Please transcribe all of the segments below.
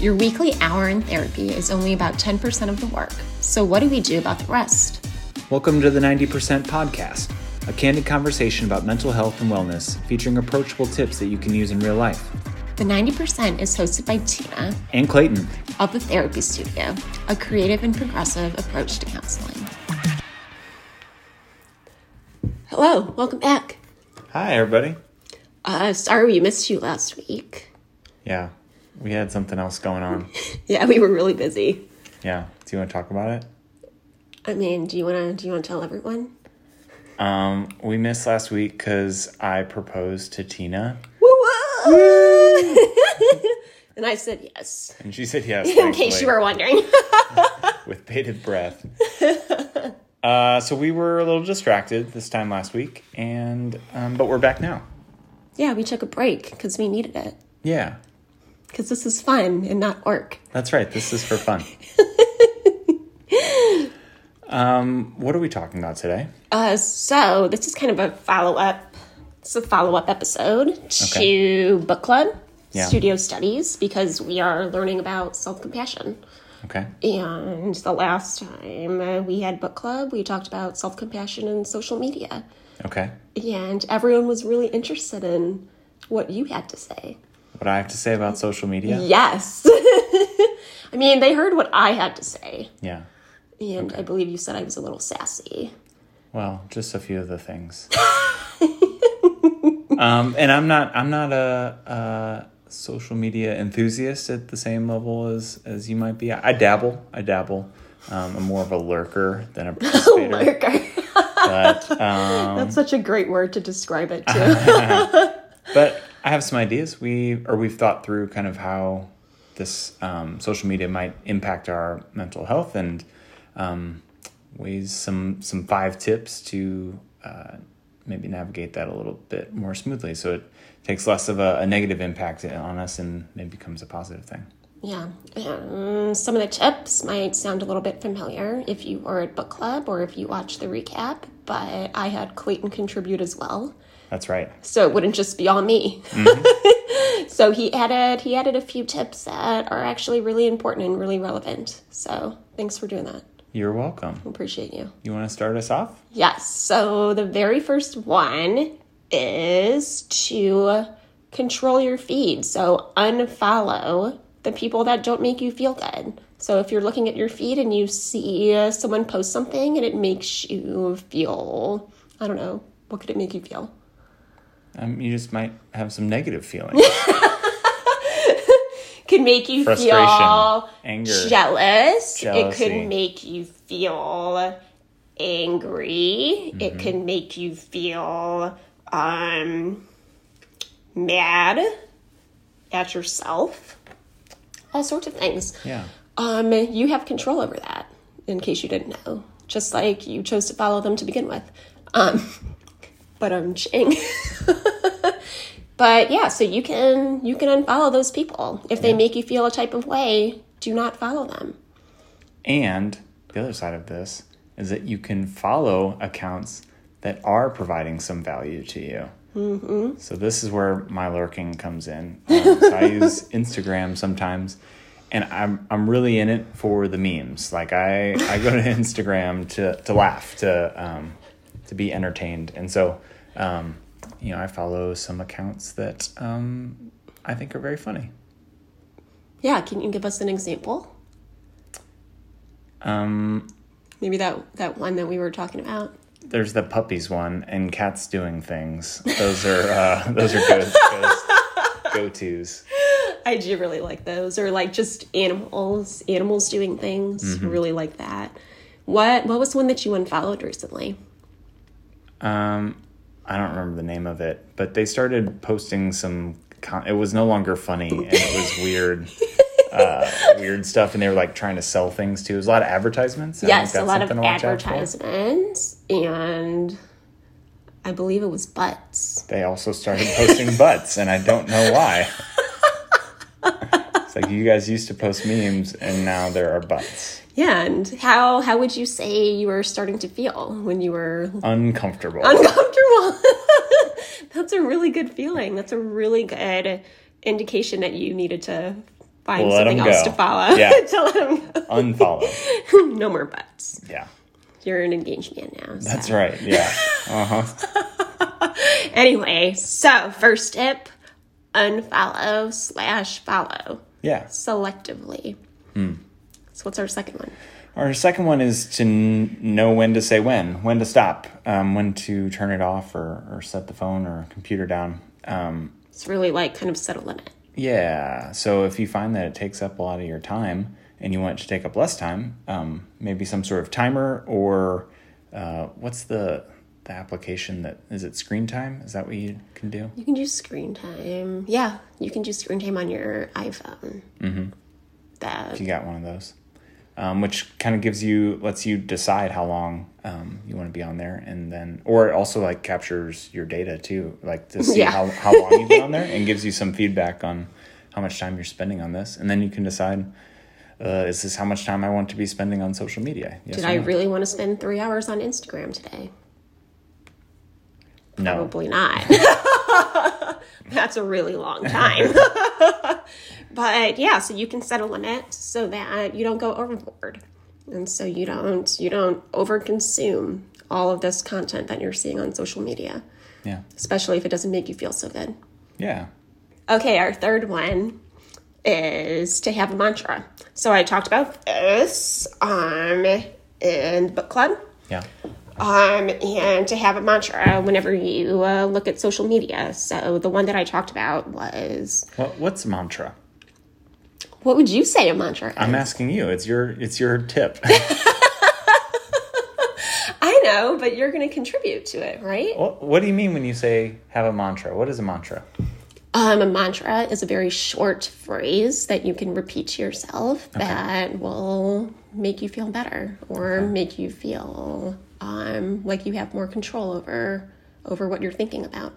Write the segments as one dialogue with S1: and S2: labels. S1: Your weekly hour in therapy is only about 10% of the work, so what do we do about the rest?
S2: Welcome to the 90% Podcast, a candid conversation about mental health and wellness featuring approachable tips that you can use in real life.
S1: The 90% is hosted by Tina
S2: And Clayton,
S1: of the Therapy Studio, a creative and progressive approach to counseling. Hello, welcome back.
S3: Hi, everybody.
S1: Uh, sorry we missed you last week.
S3: Yeah, we had something else going on.
S1: Yeah, we were really busy.
S3: Yeah, do you want to talk about it?
S1: I mean, do you wanna do you wanna tell everyone?
S3: Um, we missed last week because I proposed to Tina,
S1: Woo woo! and I said yes,
S3: and she said yes.
S1: in case
S3: thankfully,
S1: you were wondering.
S3: with bated breath. uh, so we were a little distracted this time last week, and um, but we're back now.
S1: yeah, we took a break because we needed it.
S3: Yeah,
S1: Because this is fun and not work.
S3: that's right. This is for fun. um, what are we talking about today?
S1: Uh, so this is kind of a follow up. It's a follow up episode to book club
S3: Yeah.
S1: studio studies because we are learning about self compassion.
S3: Okay.
S1: And the last time uh, we had book club, we talked about self compassion and social media,
S3: Okay.
S1: and everyone was really interested in what you had to say.
S3: What I have to say about social media?
S1: Yes. I mean, they heard what I had to say,
S3: Yeah.
S1: and I believe you said I was a little sassy.
S3: Well, just a few of the things. um, and I'm not I'm not a, a social media enthusiast at the same level as as you might be. I, dabble. I dabble. Um, I'm more of a lurker than a participator.
S1: Lurker.
S3: but, um,
S1: That's such a great word to describe it too.
S3: but I have some ideas. We or we've thought through kind of how this um, social media might impact our mental health and um, ways some some five tips to uh, maybe navigate that a little bit more smoothly, so it takes less of a, a negative impact on us and maybe becomes a positive thing.
S1: yeah. Um, some of the tips might sound a little bit familiar if you were at book club or if you watched the recap, but I had Clayton contribute as well.
S3: That's right.
S1: So it wouldn't just be all me.
S3: Mm-hmm.
S1: so he added he added a few tips that are actually really important and really relevant. So thanks for doing that.
S3: You're welcome.
S1: Appreciate you.
S3: You want to start us off?
S1: Yes. So the very first one is to control your feed. So unfollow the people that don't make you feel good. So if you're looking at your feed and you see uh, someone post something and it makes you feel, I don't know, what could it make you feel?
S3: Um, you just might have some negative feelings,
S1: Could make you
S3: frustration,
S1: feel
S3: anger.
S1: jealous. It
S3: Jealousy.
S1: could make you feel angry. It can make you feel um, mad at yourself. All sorts of things.
S3: yeah.
S1: Um, you have control over that, in case you didn't know. Just like you chose to follow them to begin with. Um, but I'm ching. but yeah, so you can you can unfollow those people if they make you feel a type of way. Do not follow them.
S3: And the other side of this is that you can follow accounts that are providing some value to you. Mm-hmm. So this is where my lurking comes in. Um, so I use Instagram sometimes, and I'm I'm really in it for the memes. Like I I go to Instagram to to laugh to um, to be entertained, and so um, you know I follow some accounts that um, I think are very funny.
S1: Yeah, can you give us an example?
S3: Um,
S1: Maybe that that one that we were talking about.
S3: there's the puppies one and cats doing things. Those are uh, those are good go tos.
S1: I do really like those, or like just animals, animals doing things.
S3: Mm-hmm.
S1: Really like that. What what was one that you unfollowed recently?
S3: Um, I don't remember the name of it, but they started posting some. Con- it was no longer funny, and it was weird, uh, weird stuff. And they were like trying to sell things too. It was a lot of advertisements. I think
S1: Yes, a
S3: that's
S1: lot of
S3: something to watch out for.
S1: advertisements, and I believe it was butts.
S3: They also started posting butts, and I don't know why. it's like you guys used to post memes, and now there are butts.
S1: Yeah, and how how would you say you were starting to feel when you were
S3: Uncomfortable.
S1: uncomfortable? That's a really good feeling. That's a really good indication that you needed to find
S3: Let 'em
S1: something else
S3: go.
S1: to follow.
S3: Yeah.
S1: to let 'em go.
S3: Unfollow.
S1: no more buts.
S3: Yeah.
S1: You're an engaged man now. so.
S3: That's right. Yeah.
S1: Anyway, so first tip unfollow slash follow
S3: Yeah.
S1: selectively. So, what's our second one?
S3: Our second one is to n- know when to say when, when to stop, um, when to turn it off or, or set the phone or computer down. Um,
S1: It's really like kind of set a limit.
S3: yeah. So if you find that it takes up a lot of your time and you want it to take up less time, um, maybe some sort of timer or uh, what's the the application that is it screen time? Is that what you can do?
S1: You can do screen time. Yeah, you can do screen time on your iPhone. Mm-hmm.
S3: You got one of those, um, which kind of gives you lets you decide how long um, you want to be on there, and then or it also like captures your data too, like to see
S1: Yeah.
S3: how how long you've been on there, and gives you some feedback on how much time you're spending on this, and then you can decide. Uh, is this how much time I want to be spending on social media? Yes
S1: Did
S3: or
S1: I
S3: no?
S1: really want to spend three hours on Instagram today?
S3: No.
S1: Probably not. That's a really long time. but yeah, so you can set a limit so that you don't go overboard. And so you don't you don't overconsume all of this content that you're seeing on social media,
S3: Yeah.
S1: especially if it doesn't make you feel so good.
S3: Yeah.
S1: Okay, our third one is to have a mantra. So I talked about this um in book club.
S3: Yeah.
S1: um, and to have a mantra whenever you uh, look at social media. So the one that I talked about was,
S3: What what's mantra?
S1: what would you say a mantra?
S3: I'm
S1: is?
S3: asking you. It's your it's your tip.
S1: I know, but you're going to contribute to it, right?
S3: what, what do you mean when you say have a mantra? What is a mantra?
S1: Um, a mantra is a very short phrase that you can repeat to yourself that will make you feel better or make you feel um, like you have more control over over what you're thinking about.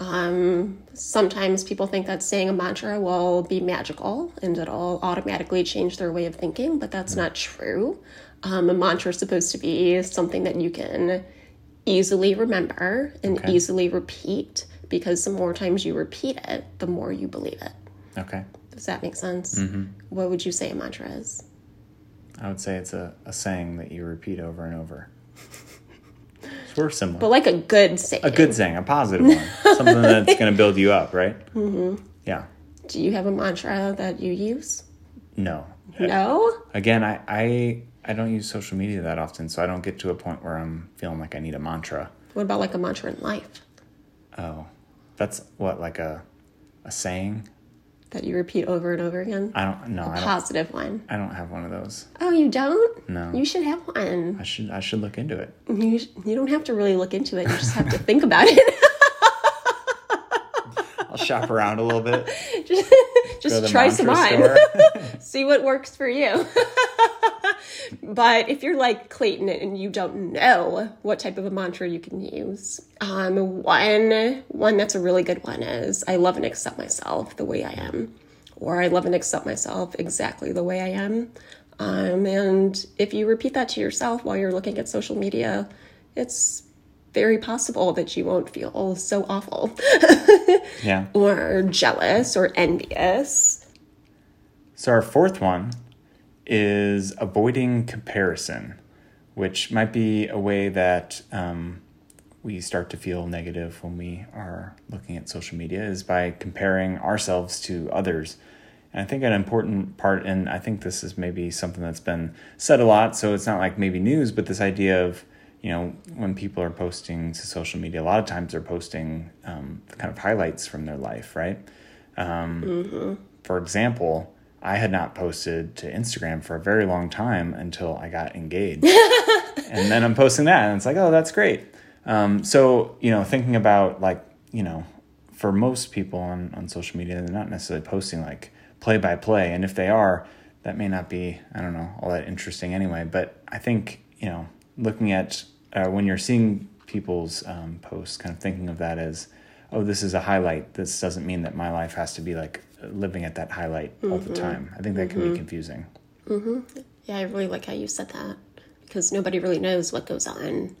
S1: Um, sometimes people think that saying a mantra will be magical and it'll automatically change their way of thinking, but that's not true. Um, a mantra is supposed to be something that you can easily remember and easily repeat because the more times you repeat it, the more you believe it.
S3: Okay.
S1: Does that make sense?
S3: Mm-hmm.
S1: What would you say a mantra is?
S3: I would say it's a, a saying that you repeat over and over. So we're similar.
S1: But like a good saying.
S3: a good saying, a positive one, something that's going to build you up, right? Mm-hmm. Yeah.
S1: Do you have a mantra that you use?
S3: No.
S1: No?
S3: Again, I, I I don't use social media that often, so I don't get to a point where I'm feeling like I need a mantra.
S1: What about like a mantra in life
S3: Oh, that's what like a a saying.
S1: that you repeat over and over again?
S3: I don't no. I don't.
S1: Positive one.
S3: I don't have one of those.
S1: Oh, you don't?
S3: No.
S1: You should have one.
S3: I should I should look into it.
S1: You, sh- you don't have to really look into it. You just have to think about it.
S3: I'll shop around a little bit.
S1: just
S3: go to the
S1: try some
S3: mantra
S1: on.
S3: store.
S1: see what works for you. but if you're like Clayton and you don't know what type of a mantra you can use, um, one one that's a really good one is I love and accept myself the way I am, or I love and accept myself exactly the way I am. Um, and if you repeat that to yourself while you're looking at social media, it's very possible that you won't feel so awful
S3: Yeah.
S1: or jealous or envious.
S3: So our fourth one is avoiding comparison, which might be a way that um, we start to feel negative when we are looking at social media is by comparing ourselves to others. And I think an important part, and I think this is maybe something that's been said a lot, so it's not like maybe news, but this idea of you know when people are posting to social media, a lot of times they're posting um, kind of highlights from their life, right? for example, I had not posted to Instagram for a very long time until I got engaged. and then I'm posting that, and it's like, oh, that's great. Um, so, you know, thinking about like, you know, for most people on, on social media, they're not necessarily posting like play by play. And if they are, that may not be, I don't know, all that interesting anyway. But I think, you know, looking at uh, when you're seeing people's um, posts, kind of thinking of that as, oh, this is a highlight. This doesn't mean that my life has to be like living at that highlight all
S1: Mm-hmm.
S3: the time. I think that can be confusing.
S1: Yeah, I really like how you said that because nobody really knows what goes on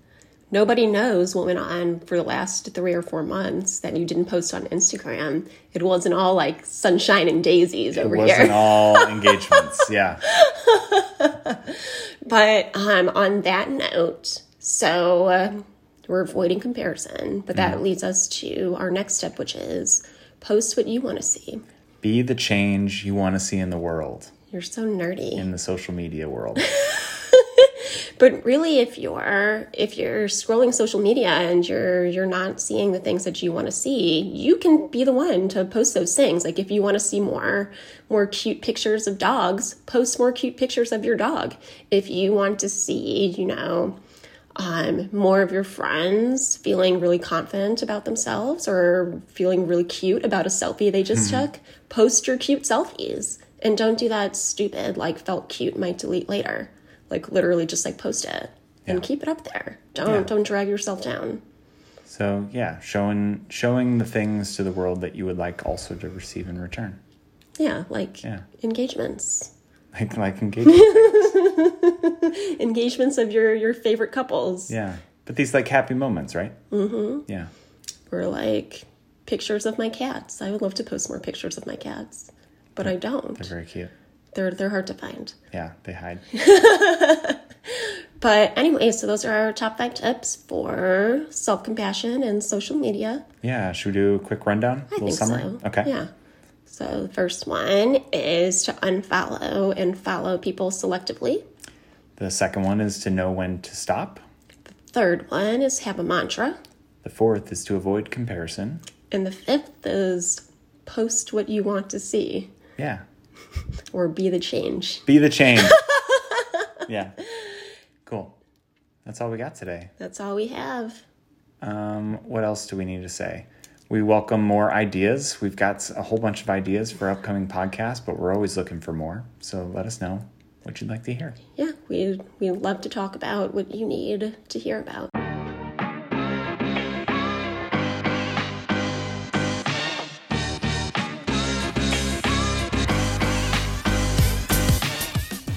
S1: Nobody knows what went on for the last three or four months that you didn't post on Instagram. It wasn't all like sunshine and daisies over
S3: It wasn't
S1: here.
S3: all engagements. Yeah.
S1: But um, on that note, so uh, we're avoiding comparison, but that
S3: Mm-hmm.
S1: leads us to our next step, which is post what you want to see.
S3: Be the change you want to see in the world,
S1: You're so nerdy.
S3: in the social media world.
S1: But really, if you're if you're scrolling social media and you're you're not seeing the things that you want to see, you can be the one to post those things. Like if you want to see more more cute pictures of dogs, post more cute pictures of your dog. If you want to see, you know, um, more of your friends feeling really confident about themselves or feeling really cute about a selfie they just
S3: Mm-hmm.
S1: took, post your cute selfies and don't do that stupid like felt cute might delete later. Like literally just like post it and keep it up there. Don't don't drag yourself down.
S3: So yeah, showing showing the things to the world that you would like also to receive in return,
S1: Yeah, like
S3: Yeah.
S1: engagements.
S3: like like engagement.
S1: Engagements of your your favorite couples.
S3: yeah, but these like happy moments, right? Mm-hmm. Yeah,
S1: Or like pictures of my cats. I would love to post more pictures of my cats. But I don't.
S3: very cute.
S1: They're they're hard to find.
S3: Yeah, they hide.
S1: But anyway, so those are our top five tips for self compassion and social media.
S3: Yeah, should we do a quick rundown?
S1: I
S3: little
S1: think
S3: summary.
S1: so.
S3: Okay.
S1: Yeah. So the first one is to unfollow and follow people selectively.
S3: The second one is to know when to stop.
S1: Third one is have a mantra.
S3: The fourth is to avoid comparison.
S1: And the fifth is post what you want to see
S3: Yeah,
S1: or be the change.
S3: be the change. yeah, cool. That's all we got today.
S1: That's all we have.
S3: Um, what else do we need to say? We welcome more ideas. We've got a whole bunch of ideas for upcoming podcasts, but we're always looking for more. So let us know what you'd like to hear.
S1: Yeah, we we love to talk about what you need to hear about.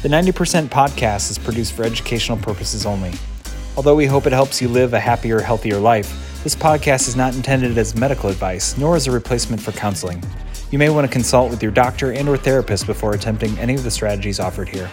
S2: The 90% podcast is produced for educational purposes only. Although we hope it helps you live a happier, healthier life, this podcast is not intended as medical advice nor as a replacement for counseling. You may want to consult with your doctor and or therapist before attempting any of the strategies offered here.